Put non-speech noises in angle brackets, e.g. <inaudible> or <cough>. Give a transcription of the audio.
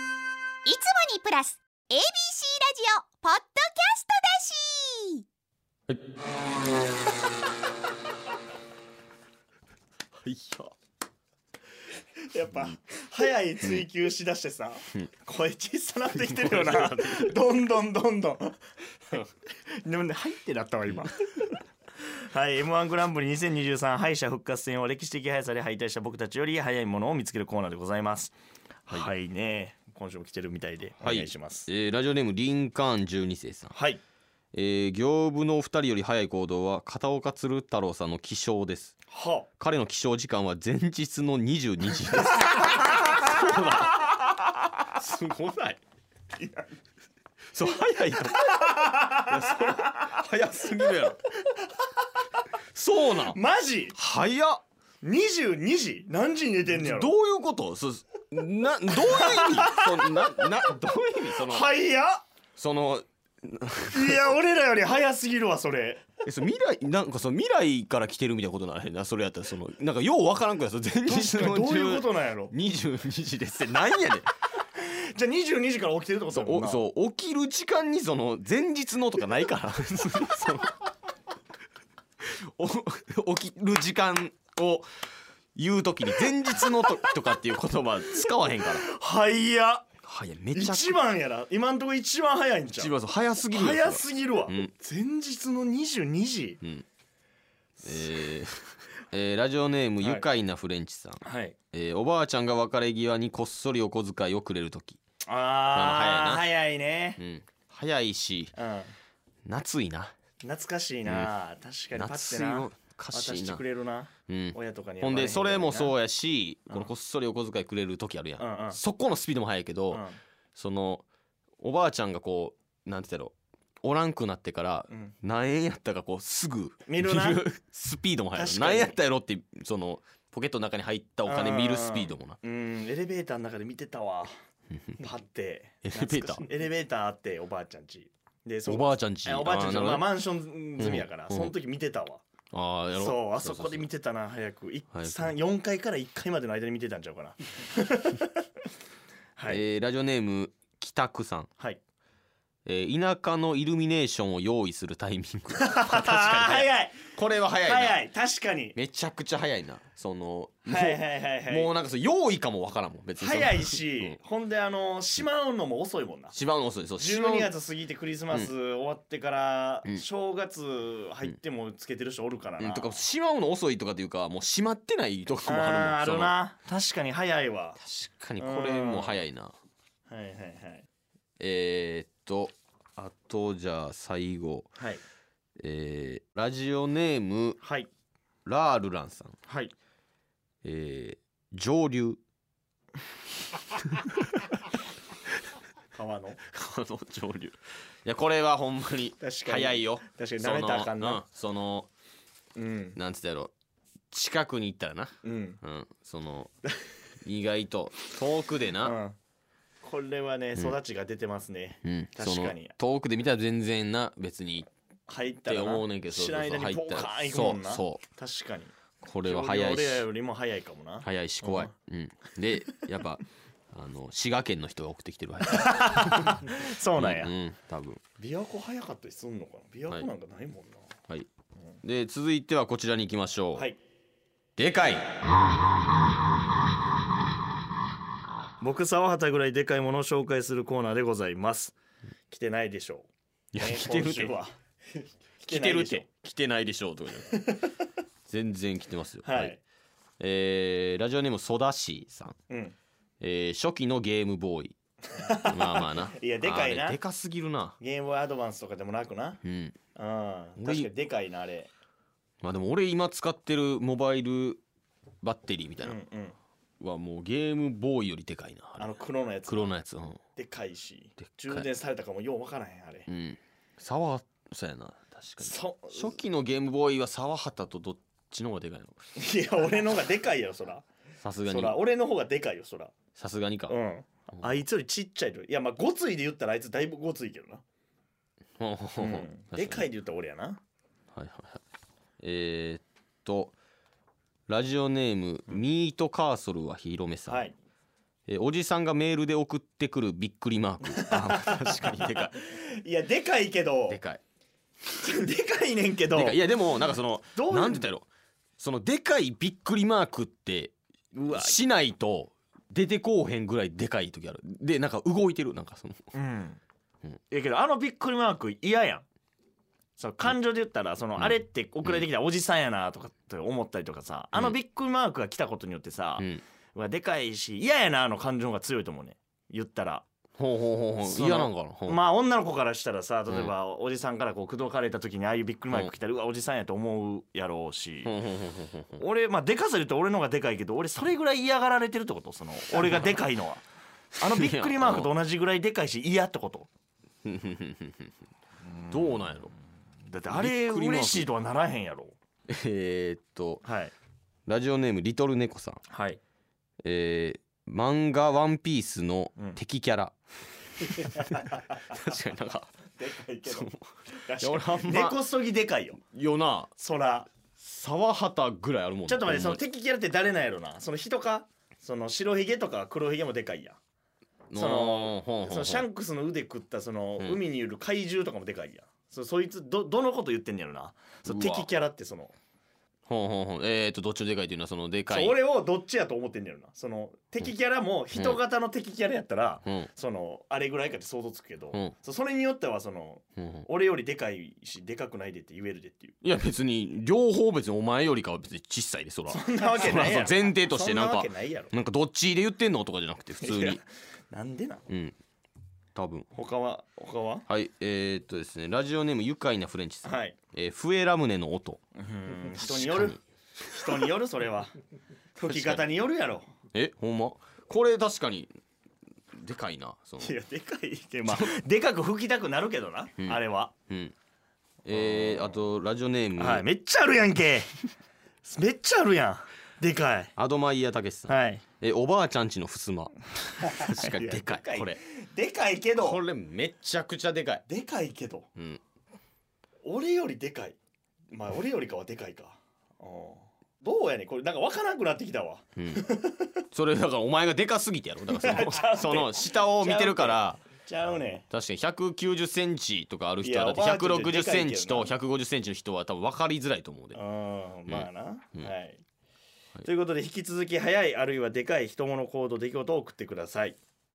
いつもにプラス ABC ラジオポッドキャストいややっぱ早い追求しだしてさ声小さなってきてるよ <laughs> などんどんどんどんでもね入ってだったわ今 <laughs> はい m 1グランプリ2023敗者復活戦を歴史的速さで敗退した僕たちより早いものを見つけるコーナーでございますはい、ね今週も来てるみたいでお願いしますえーラジオネームリンカーン12世さん、はい、えー、業務のお二人より早い行動は片岡鶴太郎さんの起床ですは彼の起床時間は前日の22時ですすごないいや <laughs> そう早いよいやそう早すぎるやろそうなんマジ早っ22時何時に寝てんねやろどういうことそなどういう意味そななどういう意味その、早っいやその俺らより早すぎるわそれえその未来なんかその未来から来てるみたいなことならへんなそれやったらそのなんかようわからんくやその前日確かの <laughs> にどういうことなんやろ22時ですってなん <laughs> やねんじゃあ22時から起きてるってことそうだもんおなそう起きる時間にその前日のとかないから <laughs> そのお起きる時間を言う時に前日のととかっていう言葉使わへんから早っはいめちゃくち一ゃ番やら今んとこ一番早いんちゃ一う番そう早すぎるよ早すぎるわ、ん前日の22時えーえーラジオネームはい愉快なフレンチさん、はいえーおばあちゃんが別れ際にこっそりお小遣いをくれる時、あまあ早ー早いねう、ん、早いしうん、夏いな懐かしいな、確かにパッ夏ていなの歌渡詞してなく、れるなうん、親とかにはほんでそれもそううやしうんこのこっそりお小遣いくれる時あるやん、うんうんそこのスピードも速いけど、うんそのおばあちゃんがこうなんて言ったやろおらんくなってからうん何円やったかこうすぐ見るなスピードも速い確かに何円やったやろってそのポケットの中に入ったお金見るスピードもなうんエレベーターの中で見てたわパッてエレベーター懐かしいエレベーターあっておばあちゃんちでそおばあちゃんちあおばあちゃんちあーなまるほあどマンション住みやから、うんその時見てたわあーやろそうあそこで見てたな早くい早く三4階から1階までの間に見てたんちゃう <laughs> かなはい、えーラジオネーム北区さん、はいえー田舎のイルミネーションを用意するタイミン <laughs> グ確あかー早いこれは早いな早い確かにめちゃくちゃ早いなそのはいはいはいはいもうなんかそう用意かもわからんもん別にその早いし、うんほんであのしまうのも遅いもんな一番遅いそう12月過ぎてクリスマス終わってから、うん正月入ってもつけてる人おるからな、うん、とかしまうの遅いとかっていうかもうしまってないとかもあるもんあーあそるのな確かに早いわ確かにこれも早いなはいはいはいえー、っとあとじゃあ最後はいえーラジオネームはいラールランさんはいえー上流川 <laughs> のあの上流いやこれはほんまに確かに早いよ確かに舐めたらあかんうんな、そのうんなんつったやろ近くに行ったらなうんうんそ <laughs> の意外と遠くでな、うんこれはね育ちが出てますね、うん、確かにその遠くで見たら全然な別にっ入ったてらな思うねんけどそう知そうらそうん間入にポったーカーンら行くもんなそうそう確かにこれは早いし俺らよりも早いかもな早いし怖い、うん、でやっぱ <laughs> あの滋賀県の人が送ってきてるわけそうなんや、うんうん多分琵琶湖早かったりすんのかな琵琶湖なんかないもんなはいで続いてはこちらに行きましょう、はい、でかい僕沢畑ぐらいでかいものを紹介するコーナーでございます来てないでしょういいや来てるて <laughs> 来てるって来てないでしょうとかじゃな <laughs> い全然来てますよはい、えーラジオネームソダシーさんうんえー初期のゲーム <laughs> ボーイまあまあないやでかいなあれでかすぎるなゲームボーイアドバンスとかでもなくなうんうん確かにでかいなあれまあでも俺今使ってるモバイルバッテリーみたいうんうなんはもうゲームボーイよりでかいなあれあの黒のやつ黒のやつうん、でかいしでっかい充電されたかもようわからへんあれうん、沢そうやな確かそに初期のゲームボーイは沢畑とどっちの方がでかいの <laughs> いや俺のがでかいよそらさすがそにら俺の方がでかいよそらさすがにか、ううんんあいつよりちっちゃいといやまあごついで言ったらあいつだいぶごついけどな、うんでかいい、で言ったら俺やなはいはいはい、えー、っとラジオネーム、ミートカーソルは広めさん、はいえーおじさんがメールで送ってくるびっくりマーク <laughs> あー確かにでかいやでかいけどい <laughs> ででかかいいねんけどでかいいやでもなんかそのどういうなんて言ったらいいのそのでかいびっくりマークってうわしないと出てこうへんぐらいでかい時あるでなんか動いてるなんかそのうんうんいやけどあのびっくりマーク嫌やんそう感情で言ったらその、うんあれって送られてきたおじさんやなとかって思ったりとかさ、あのうんびっくりマークが来たことによってさ、うんうわでかいし嫌やなの感情が強いと思うね言ったら、ほうほうほうほそうの嫌なんかなほうまあ女の子からしたらさ例えば、おじさんからこう口説かれた時にああいうびっくりマーク来たら、うわおじさんやと思うやろうし、ほうほうほうほうほうほう俺まあでかさで言うと俺の方がでかいけど俺それぐらい嫌がられてるってこと <laughs> その俺がでかいのはあのびっくりマークと同じぐらいでかいし嫌ってことどうなんやろだってあれ嬉しいとはならへんやろえーっとはいラジオネームリトルネコさんはいえー漫画「ワンピースのうん敵キャ <laughs> ラ、確かになんかでかいけどいや俺あんま根こそぎでかいよよなそら沢畑ぐらいあるもんなちょっと待ってそほんのま敵キャラって誰なんやろなその人かその白ひげとか黒ひげもでかいやんにそのあーほんほんほんそのシャンクスの腕食ったそのうん海にいる怪獣とかもでかいやんそそいつどどのこと言ってんねやろなそううわ敵キャラってそのほんほんほんえー、っとどっちのでかいというのはそのでかそうい俺をどっちやと思ってんねやろなその敵キャラも人型の敵キャラやったら、うんそのあれぐらいかって想像つくけうど、んそうそれによってはそのうんうん俺よりでかいしでかくないでって言えるでっていう <laughs> いや別に両方別にお前よりかは別に小さいでそらそんなわけないやろそうそう前提としてなんかそんなわけないやろなんかどっちで言ってんのとかじゃなくて普通いやになんでなうん多分他は他ははいえー、っとですねラジオネーム愉快なフレンチさん、はいえー、笛ラムネの音 <laughs> 人による確人によるそ <laughs> れは吹き方によるやろえほんまこれ確かにでかいなそのいやでかいってまあでかく吹きたくなるけどな、んあれは、うんえー、あとラジオネーム、はいめっちゃあるやんけめっちゃあるやんでかいアドマイヤたけしさん、はいえおばあちゃんちのふす <laughs> ま確かにでかいやでかいいこれでかいけどこれめちゃくちゃでかいでかいけどうん俺よりでかいまあ俺よりかはでかいかうんどうやねんこれなんかわからなくなってきたわうん <laughs> それだからお前がでかすぎてやろだからそのその下を見てるからちゃうねん確かに190センチとかある人はだっいてやおばあちゃんち160でかセいンけチどとな150センチの人は多分分かりづらいと思うでうんまあな、うんはい、ということで引き続き早いあるいはでかい人物行動出来事を送ってください